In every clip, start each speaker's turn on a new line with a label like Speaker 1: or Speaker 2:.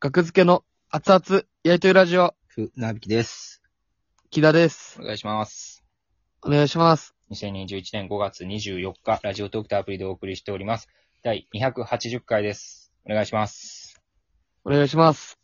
Speaker 1: 学付けの熱々、焼いてるラジオ、
Speaker 2: ふ、なびきです。
Speaker 1: 木田です。
Speaker 2: お願いします。
Speaker 1: お願いします。
Speaker 2: 2021年5月24日、ラジオトークとアプリでお送りしております。第280回です。お願いします。
Speaker 1: お願いします。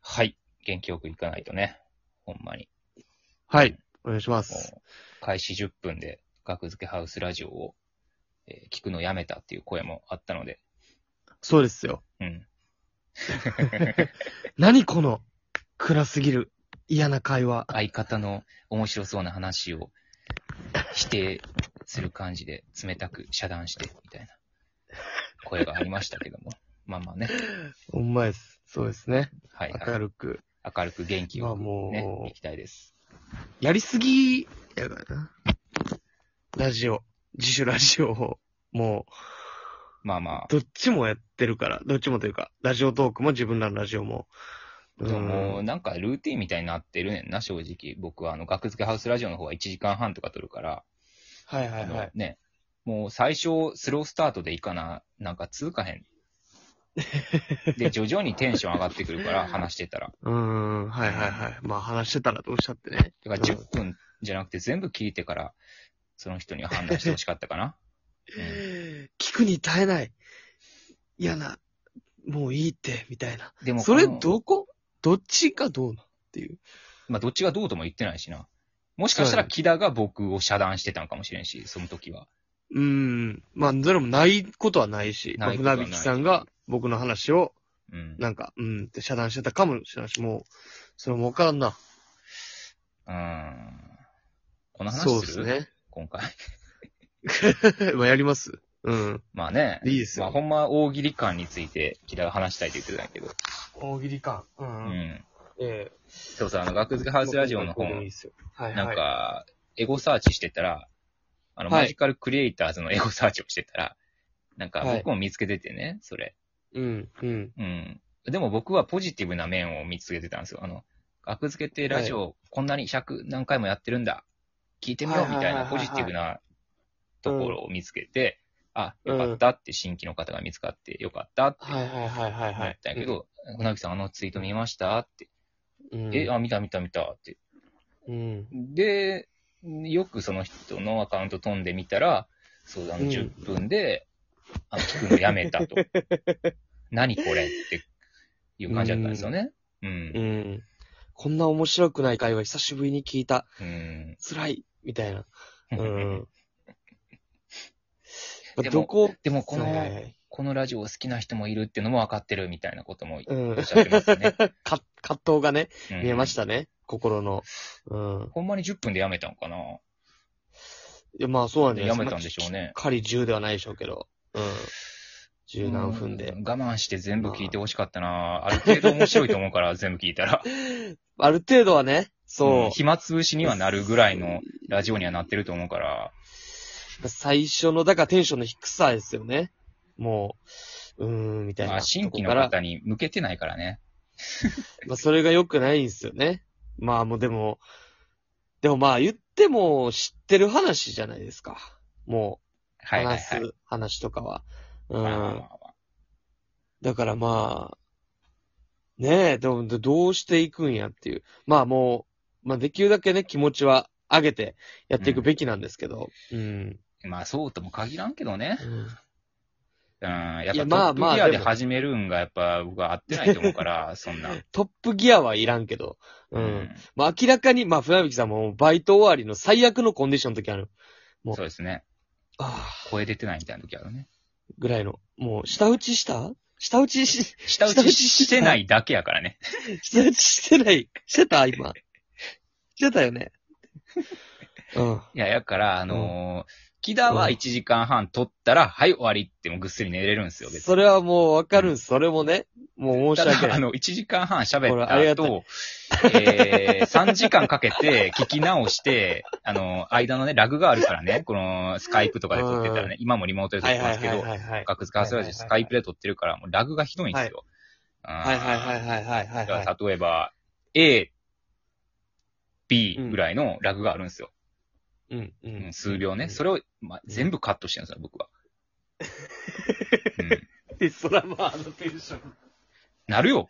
Speaker 2: はい。元気よくいかないとね。ほんまに。
Speaker 1: はい。お願いしま
Speaker 2: も
Speaker 1: す。
Speaker 2: う、開始10分で、学付けハウスラジオを、えー聞くのやめたっていう声もあったので。
Speaker 1: そうですよ。
Speaker 2: うん。
Speaker 1: 何この、暗すぎる、嫌な会話。
Speaker 2: 相方の面白そうな話を否定する感じで冷たく遮断して、みたいな声がありましたけども。まあまあね。
Speaker 1: うまいです。そうですね。
Speaker 2: はい、はい
Speaker 1: 明。るく。
Speaker 2: 明るく元気
Speaker 1: ま
Speaker 2: を
Speaker 1: あもう
Speaker 2: ね、行きたいです。
Speaker 1: やりすぎ、やからな。ラジオ、自主ラジオを、も
Speaker 2: まあま
Speaker 1: う、どっちもやってるから、どっちもというか、ラジオトークも自分らのラジオも。
Speaker 2: あ、でももう
Speaker 1: うん
Speaker 2: なんかルーティンみたいになってるねんな、正直。僕はあの、学付けハウスラジオの方は1時間半とか撮るから、
Speaker 1: はいは
Speaker 2: あ
Speaker 1: い
Speaker 2: の
Speaker 1: はい。
Speaker 2: ね、もう最初スロースタートでいかな、なんか通過 へん。で、徐々にテンション上がってくるから、話してたら。
Speaker 1: うーん、はいはいはい。まあ話してたらどうしたってね。
Speaker 2: だから10分じゃなくて全部聞いてから、その人には判断してほしかったかな。うん
Speaker 1: 聞くに耐えない。嫌な、もういいって、みたいな。
Speaker 2: でも、
Speaker 1: それ
Speaker 2: この
Speaker 1: どこどっちがどうなんっていう。
Speaker 2: まあ、どっちがどうとも言ってないしな。もしかしたら木田が僕を遮断してたんかもしれんし、その時は。
Speaker 1: うーん。まあ、それもないことはないし、
Speaker 2: ないこと
Speaker 1: ま
Speaker 2: は
Speaker 1: あ
Speaker 2: ない
Speaker 1: 船引さんが僕の話を、
Speaker 2: うん。
Speaker 1: なんか、うんって遮断してたかもしれないし、もう、それもわからんな。
Speaker 2: うん。この話する
Speaker 1: そうですね。
Speaker 2: 今回。
Speaker 1: まあ、やります。うん。
Speaker 2: まあね。
Speaker 1: いいですよ
Speaker 2: まあほんま大喜利感について、木田が話したいと言ってたんやけど。
Speaker 1: 大喜利感。う
Speaker 2: うんん。
Speaker 1: ええ
Speaker 2: そうさ、あの、学付けハウスラジオの
Speaker 1: もう
Speaker 2: 本
Speaker 1: いいですよ。はいはい。
Speaker 2: なんか、エゴサーチしてたら、あの、
Speaker 1: はい
Speaker 2: マジカルクリエイターズのエゴサーチをしてたら、なんか
Speaker 1: はい
Speaker 2: 僕も見つけててね、それ。
Speaker 1: うん、うん。
Speaker 2: うん。でも僕はポジティブな面を見つけてたんですよ。あの、学付けってラジオこんなに100何回もやってるんだ。聞いてみようみたい
Speaker 1: はいはいはい
Speaker 2: な
Speaker 1: はい
Speaker 2: ポジティブなところを見つけて、あ、よかったって新規の方が見つかってよかったって
Speaker 1: はいはいはいはい
Speaker 2: 思
Speaker 1: は
Speaker 2: っ
Speaker 1: い。
Speaker 2: たんやけど、船木さんあのツイート見ましたって。
Speaker 1: うん、
Speaker 2: え、あ、見た見た見たって。
Speaker 1: うん。
Speaker 2: で、よくその人のアカウント飛んでみたら、そう、あ
Speaker 1: うん
Speaker 2: の、10分で、あの、聞くのや めたと。何これっていう感じだったんですよね。う。
Speaker 1: うんん。こんな面白くない会話久しぶりに聞いた。
Speaker 2: うん。
Speaker 1: 辛い。みたいな。うん。ま
Speaker 2: で
Speaker 1: あ
Speaker 2: も
Speaker 1: どこ、
Speaker 2: でも、こ
Speaker 1: はいは
Speaker 2: の、
Speaker 1: い
Speaker 2: このラジオ好きな人もいるっていうのも分かってるみたいなことも
Speaker 1: うん。
Speaker 2: おっしゃってま すね。
Speaker 1: か葛藤がね、見えましたたね。心の。うん。
Speaker 2: ほんまに10分でやめたんかない
Speaker 1: やまあそうなんじゃない
Speaker 2: やめたんでしょうね
Speaker 1: まあきっかり10ではないでしょうけど。うん。十何分で
Speaker 2: う。ん我慢して全部聞いてほしかったなある程度面白いと思うから、全部聞いたら。
Speaker 1: ある程度はね、
Speaker 2: うん
Speaker 1: そう。
Speaker 2: 暇つぶしにはなるぐらいのラジオにはなってると思うから。
Speaker 1: 最初の、だからテンションの低さですよね。もう、うーん、みたいな。
Speaker 2: まあ、新規の
Speaker 1: とこから
Speaker 2: 方に向けてないからね。
Speaker 1: まあ、それが良くないんですよね。まあ、もうでも、でもまあ、言っても知ってる話じゃないですか。もう、
Speaker 2: はいはい
Speaker 1: 話
Speaker 2: はい。
Speaker 1: す話とかは。
Speaker 2: まあま
Speaker 1: う
Speaker 2: あま
Speaker 1: ん。
Speaker 2: あまあ
Speaker 1: だからまあ、ねえ、でも、どうしていくんやっていう。まあもう、まあ、できるだけね、気持ちは上げてやっていくべきなんですけど。うん。
Speaker 2: まあ、そうとも限らんけどね。
Speaker 1: うん
Speaker 2: うん。やっ
Speaker 1: いや
Speaker 2: ぱト
Speaker 1: まあ
Speaker 2: ップ
Speaker 1: まあ
Speaker 2: ギア
Speaker 1: で
Speaker 2: で
Speaker 1: も
Speaker 2: 始めるんが、やっぱ僕は合ってないと思 うから、そんな。
Speaker 1: トップギアはいらんけど。う。。
Speaker 2: うん
Speaker 1: まあ明らかに、まあ船引さんもバイト終わりの最悪のコンディションの時ある。もう
Speaker 2: そうですね。
Speaker 1: ああ。
Speaker 2: 声出てないみたいな時あるね。
Speaker 1: ぐらいの。もう、舌打ちした舌打ちし、
Speaker 2: 下打
Speaker 1: 下打
Speaker 2: ち
Speaker 1: ちし
Speaker 2: してないだけやか らね。
Speaker 1: 舌打ちしてない。してた今。してたよね。うん。
Speaker 2: いや、やから、あのー木田は1時間半撮ったら、はい、終わりってもうぐっすり寝れるんですよ、別に
Speaker 1: それはもうわかるんす。それもね。もう申
Speaker 2: た
Speaker 1: し訳
Speaker 2: だ、
Speaker 1: な
Speaker 2: あ
Speaker 1: い。
Speaker 2: の、1時間半喋
Speaker 1: ほ
Speaker 2: っ
Speaker 1: らあり
Speaker 2: た
Speaker 1: がた
Speaker 2: 後、えー、3時間かけて聞き直して、あの、間のね、ラグがあるからね、この、スカイプとかで撮ってたらね、今もリモートで撮っ
Speaker 1: はい
Speaker 2: て
Speaker 1: は
Speaker 2: ま
Speaker 1: い
Speaker 2: すけ
Speaker 1: はい
Speaker 2: ど、
Speaker 1: はいはい。
Speaker 2: 学塚ハウスラジオスカイプで撮ってるから、もうラグがひどいんですよ。。
Speaker 1: はいはいはいいはいはいはい
Speaker 2: だ
Speaker 1: は
Speaker 2: か
Speaker 1: い。
Speaker 2: ら例えば、A、B ぐらいのラグがあるんですよ。
Speaker 1: うんう
Speaker 2: うんん、数秒ね。そ
Speaker 1: れ。
Speaker 2: れを、まあ、全部カットしてるんですよ、僕は。うん
Speaker 1: そらまああのテンション。
Speaker 2: なるよ。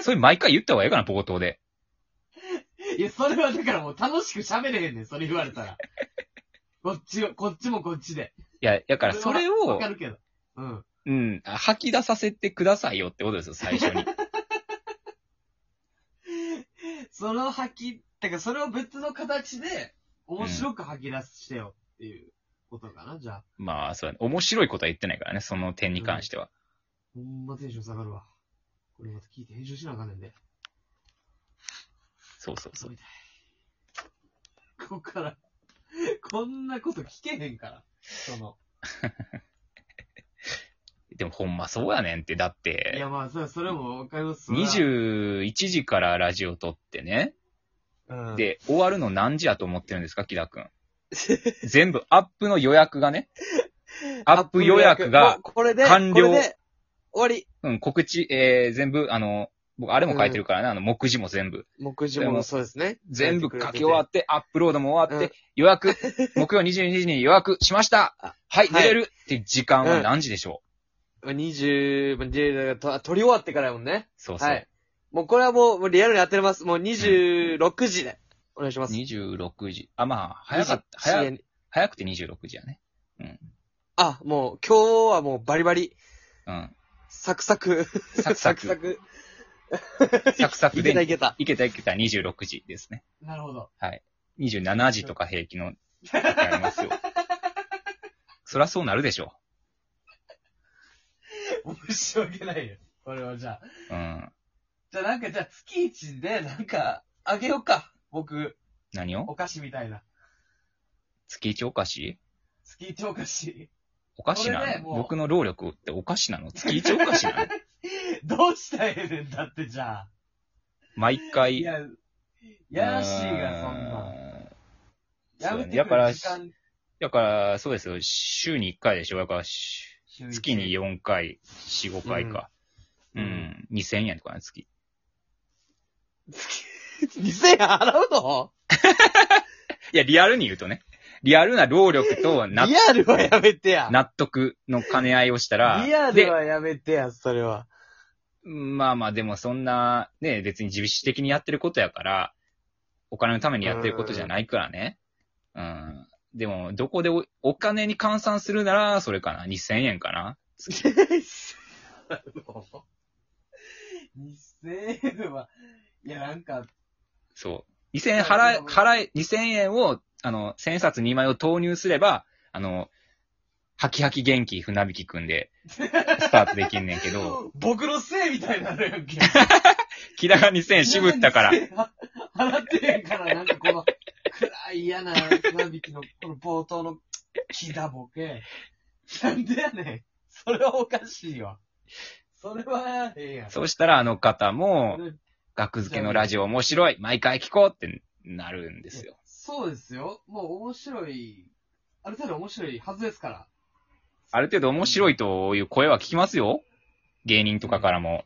Speaker 2: それ毎回言った方がええかな、冒頭で。
Speaker 3: いや、それはだからもう楽しく喋れへんねん、それ言われたら。こっちを、こっちもこっちで。
Speaker 2: いや、だからそれ
Speaker 3: わ
Speaker 2: を
Speaker 3: か、るけど。うん。
Speaker 2: うん、あ吐き出させてくださいよってことですよ、最 初に。
Speaker 3: その吐き、だからそれを別の形で、面白く吐き出してよっていうことかな、じゃあ。
Speaker 2: まあ、そうだね。面白いことは言ってないからね、その点に関しては。
Speaker 3: ほんまテンション下がるわ。これまた聞いて編集しなあかんねんで。
Speaker 2: そうそうそう。
Speaker 3: ここから、こんなこと聞けへんから。その。
Speaker 2: でもほんまそうやねんって、だっ
Speaker 3: い
Speaker 2: て、
Speaker 3: やまあ、それそれもわかりますわ。
Speaker 2: 21時からラジオ撮ってね、
Speaker 3: うん、
Speaker 2: で、終わるの何時やと思ってるんですか、木田 くん。全部アップの予約がね、アップ予約が
Speaker 1: も、うこれで、
Speaker 2: 完了
Speaker 1: これで終わり。
Speaker 2: うん、告知、えー、全部、あの、僕、あれも書いてるからね、あの、目次も全部。
Speaker 1: 目次もそうですね。
Speaker 2: 全部書き終わ
Speaker 1: わ
Speaker 2: って、アップロードも終わって、
Speaker 1: うん
Speaker 2: 予約、 木曜22時に予約しました
Speaker 1: あ
Speaker 2: はい、
Speaker 1: は
Speaker 2: 出
Speaker 1: い
Speaker 2: れるって時間は何時でしょう、
Speaker 1: 20、まあでと撮り終わってからやもんね。
Speaker 2: そうそう。
Speaker 1: はい。もうこれはもうもうリアルに当てれます。もう26時で。お願いします。
Speaker 2: 26時。あ、まあ、早かった。
Speaker 1: 深夜
Speaker 2: 早
Speaker 1: に、
Speaker 2: 早くて26時やね。
Speaker 1: あ、もう今日はもうバリバリ、
Speaker 2: うん。
Speaker 1: サクサク、
Speaker 2: サクサク。
Speaker 1: サク
Speaker 2: サクサ ク
Speaker 1: いけたい
Speaker 2: で。
Speaker 1: けた。
Speaker 2: いけたいけた26時ですね。
Speaker 3: なるほど。
Speaker 2: 27時とか平気の、あり ますよ。そらそうなるでしょ
Speaker 3: 申し訳ないよ。これはじゃあ。
Speaker 2: う。うん。
Speaker 3: じゃあなんかじゃあ月一でなんかあげようか。僕、
Speaker 2: 何を
Speaker 3: お菓子みたいな。
Speaker 2: 月一お菓子
Speaker 3: 月一お菓子。
Speaker 2: お菓子な
Speaker 3: それ
Speaker 2: の、
Speaker 3: でもう
Speaker 2: 僕の労力ってお菓子なの月一お菓子なの
Speaker 3: どうしたらええねんだってじゃあ。
Speaker 2: 毎回。
Speaker 3: いや、やらしいがそんな。やめてくれ
Speaker 2: だから
Speaker 3: 時間
Speaker 2: だから、そうですよ。週に1回でしょ。だから、し
Speaker 3: 週一
Speaker 2: 月に4回、4、5回か。う
Speaker 3: うん
Speaker 2: ん。2000円とかね、月。
Speaker 1: 2000円払うの
Speaker 2: いや、リアルに言うとね。リアルな労力と納
Speaker 1: リアルはやめてや。
Speaker 2: 納得の兼ね合いをしたら、
Speaker 1: リアル
Speaker 2: で、
Speaker 1: はやめてや、それは。
Speaker 2: まあまあ、でもそんな、ね、別に自主的にやってることやから、お金のためにやってることじゃないからね。うん。でも、どこでおお金に換算するなら、それかな。2000円かな。
Speaker 3: 2000円は、 いやなんか、
Speaker 2: そう。2000円払え、払え、2000円を、あの、1000冊2枚を投入すれば、あの、ハキハキ元気船引きくんで、スタートできんねんけ ど、
Speaker 3: 僕のせいみたいになるやんけ。
Speaker 2: 木田が2000円 渋ったから、
Speaker 3: 払ってへんから、なんかこの、暗い嫌な船引きの、この冒頭の、木だボケ。なんでやねん。それはおかしいわ。それは、ええやん。
Speaker 2: そうしたらあの方も
Speaker 3: そ、れ
Speaker 2: 学付けのラジオ面白い、毎回聞こうってなるんですよ。
Speaker 3: そうですよ。もう面白い、ある程度面白いはずですから。
Speaker 2: ある程度面白いという声は聞きますよ。芸人とかからも、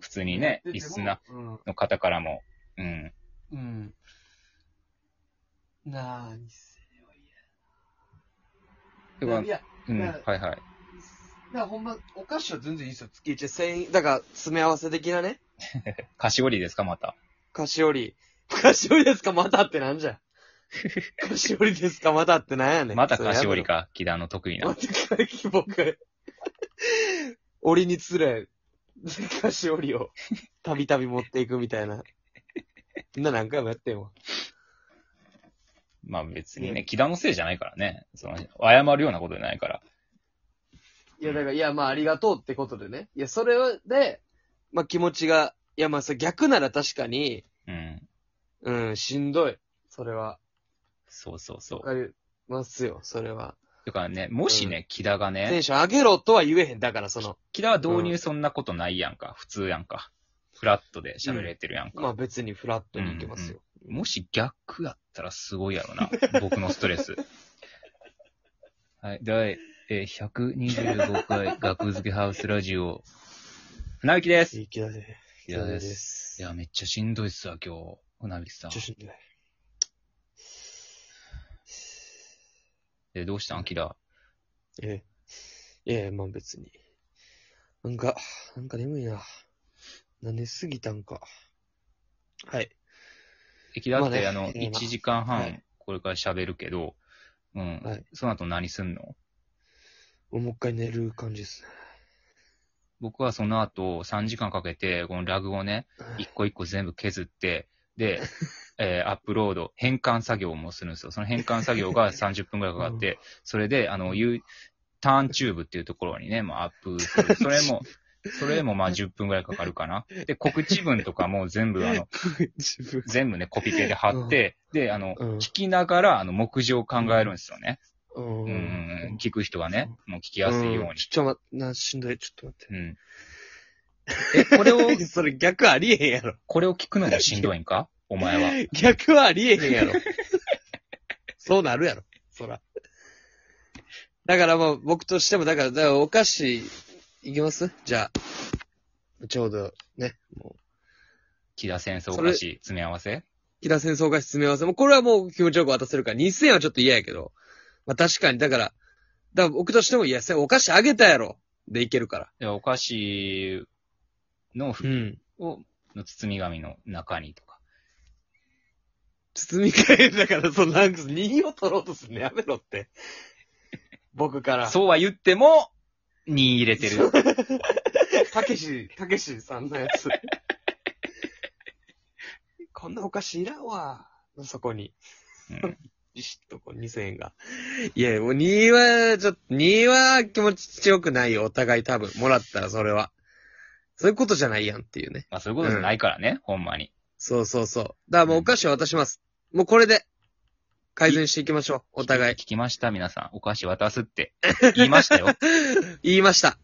Speaker 2: 普通にね、
Speaker 3: で
Speaker 2: リスナー
Speaker 3: でも
Speaker 2: の方からも。うん。
Speaker 3: うん。うん。なあ、にせよ、
Speaker 2: で
Speaker 3: いや。
Speaker 2: はい
Speaker 3: や、
Speaker 2: うん、はいは
Speaker 3: だ
Speaker 2: い。
Speaker 3: からほんま、お菓子は全然いいですよ。
Speaker 1: 月1000円、だから、詰め合わせ的なね。
Speaker 2: 菓子折りですか、また。
Speaker 1: 菓子折り。 菓子折りですかまたってなんじ ゃ。菓子折りですかまたってなんやねん。
Speaker 2: また菓子折りか、木田の得意な
Speaker 1: ま。たかき僕、折りにつれ、菓子折りを、たびたび持っていくみたいな。みんな何回もやってんわ。
Speaker 2: まあ別にね、木田のせいじゃないからね。その、謝るようなことじゃないから。
Speaker 1: いや、だから、いや、まあ、ありがとうってことでね。いや、それで、まあ、気持ちが、いや、まあ、それ逆なら確かに、
Speaker 2: うん。
Speaker 1: うん、しんどい。それは、
Speaker 2: そうそうそう
Speaker 1: わ。かりますよ、それは。
Speaker 2: だからね、もしね、木田が
Speaker 1: テ
Speaker 2: ね
Speaker 1: ン、ション上げろとは言えへん。だから、その、
Speaker 2: 木田は導入そんなことないやんか。普通やんか。フラットで喋れてるやんか。
Speaker 1: まあ、別にフラットにいけますよ。
Speaker 2: もし逆やったらすごいや ろな。僕のストレス。はい。第、えー、125回、学付けハウスラジオ。船引きです。
Speaker 1: いい気だね。
Speaker 2: いやで。
Speaker 1: いいです
Speaker 2: いや、めっちゃしんどいっすわ、今日。船引きさん
Speaker 1: ちょ。しんどい。
Speaker 2: え、どうしたんキラ。
Speaker 1: ええ。いやいや、まあ別に。うなんか、なんか眠いな。なんで過ぎたんか。はい。
Speaker 2: 駅だっ
Speaker 1: まあ
Speaker 2: て、
Speaker 1: ね
Speaker 2: あの、
Speaker 1: ええ
Speaker 2: 1
Speaker 1: まあ
Speaker 2: 時間
Speaker 1: は
Speaker 2: 半
Speaker 1: い、
Speaker 2: これから喋るけど、うん。
Speaker 1: はい
Speaker 2: その後何すんの
Speaker 1: もうもう一回寝る感じですね。
Speaker 2: 僕はその後、3時間かけて、このラグをね、一個一個全部削って、で、えーアップロード、変換作業もするんですよ。その変換作 業が30分くらいかかって、それで、あの、ゆうターンチューブっていうところにね、まあ、アップ する。それも、それもまあ10分くらいかかるかな。で、告知文とかも全部、あの、
Speaker 1: 自分。
Speaker 2: 全部ね、コピペで貼って、で、あの、
Speaker 1: うん
Speaker 2: 聞きながら、あの、目次を考えるんですよね。
Speaker 1: うん
Speaker 2: うんうんうん。聞く人はね、もう聞きやすいように
Speaker 1: ん。ちょっと待って、な、しんどい。ちょっと
Speaker 2: うん。え、これを、
Speaker 1: 待って。 それ逆ありえへんやろ。
Speaker 2: これを聞くのもしんどいんかお前は。
Speaker 1: 逆はありえへんやろ。そうなるやろ。そら。だからもう僕としても、だから、だからお菓子、いきますじゃあ。ちょうど、ね、もう。
Speaker 2: 木田戦争菓子詰め合わせ
Speaker 1: 木田戦争菓子詰め合わせ。もうこれはもう気持ちよく渡せるから、2000円はちょっと嫌やけど。まあ確かに、だから、だから僕としても、いや、せお菓子あげたやろ。でいけるから。
Speaker 2: いやお菓子のふ
Speaker 1: ん。
Speaker 2: を、の包み紙の中にとか。
Speaker 1: 包み替えるだから、そのなんか、2を取ろうとするのやめろって。僕から。
Speaker 2: そうは言っても、に入れてる。
Speaker 1: たけし、たけしさんのやつ。こんなお菓子いらんわ。そこに。
Speaker 2: うん
Speaker 1: ビシッとこう2000円が。いや、もう2は、ちょっと、2は気持ちよくないよ。お互い多分。もらったらそれは。そういうことじゃないやんっていうね。
Speaker 2: まあそういうことじゃないからね、ほんまに。
Speaker 1: そうそうそう。だからもうお菓子は渡します。もうこれで、改善していきましょう。お互い
Speaker 2: 聞。きました、皆さん。お菓子渡すって。言いましたよ。
Speaker 1: 言いました。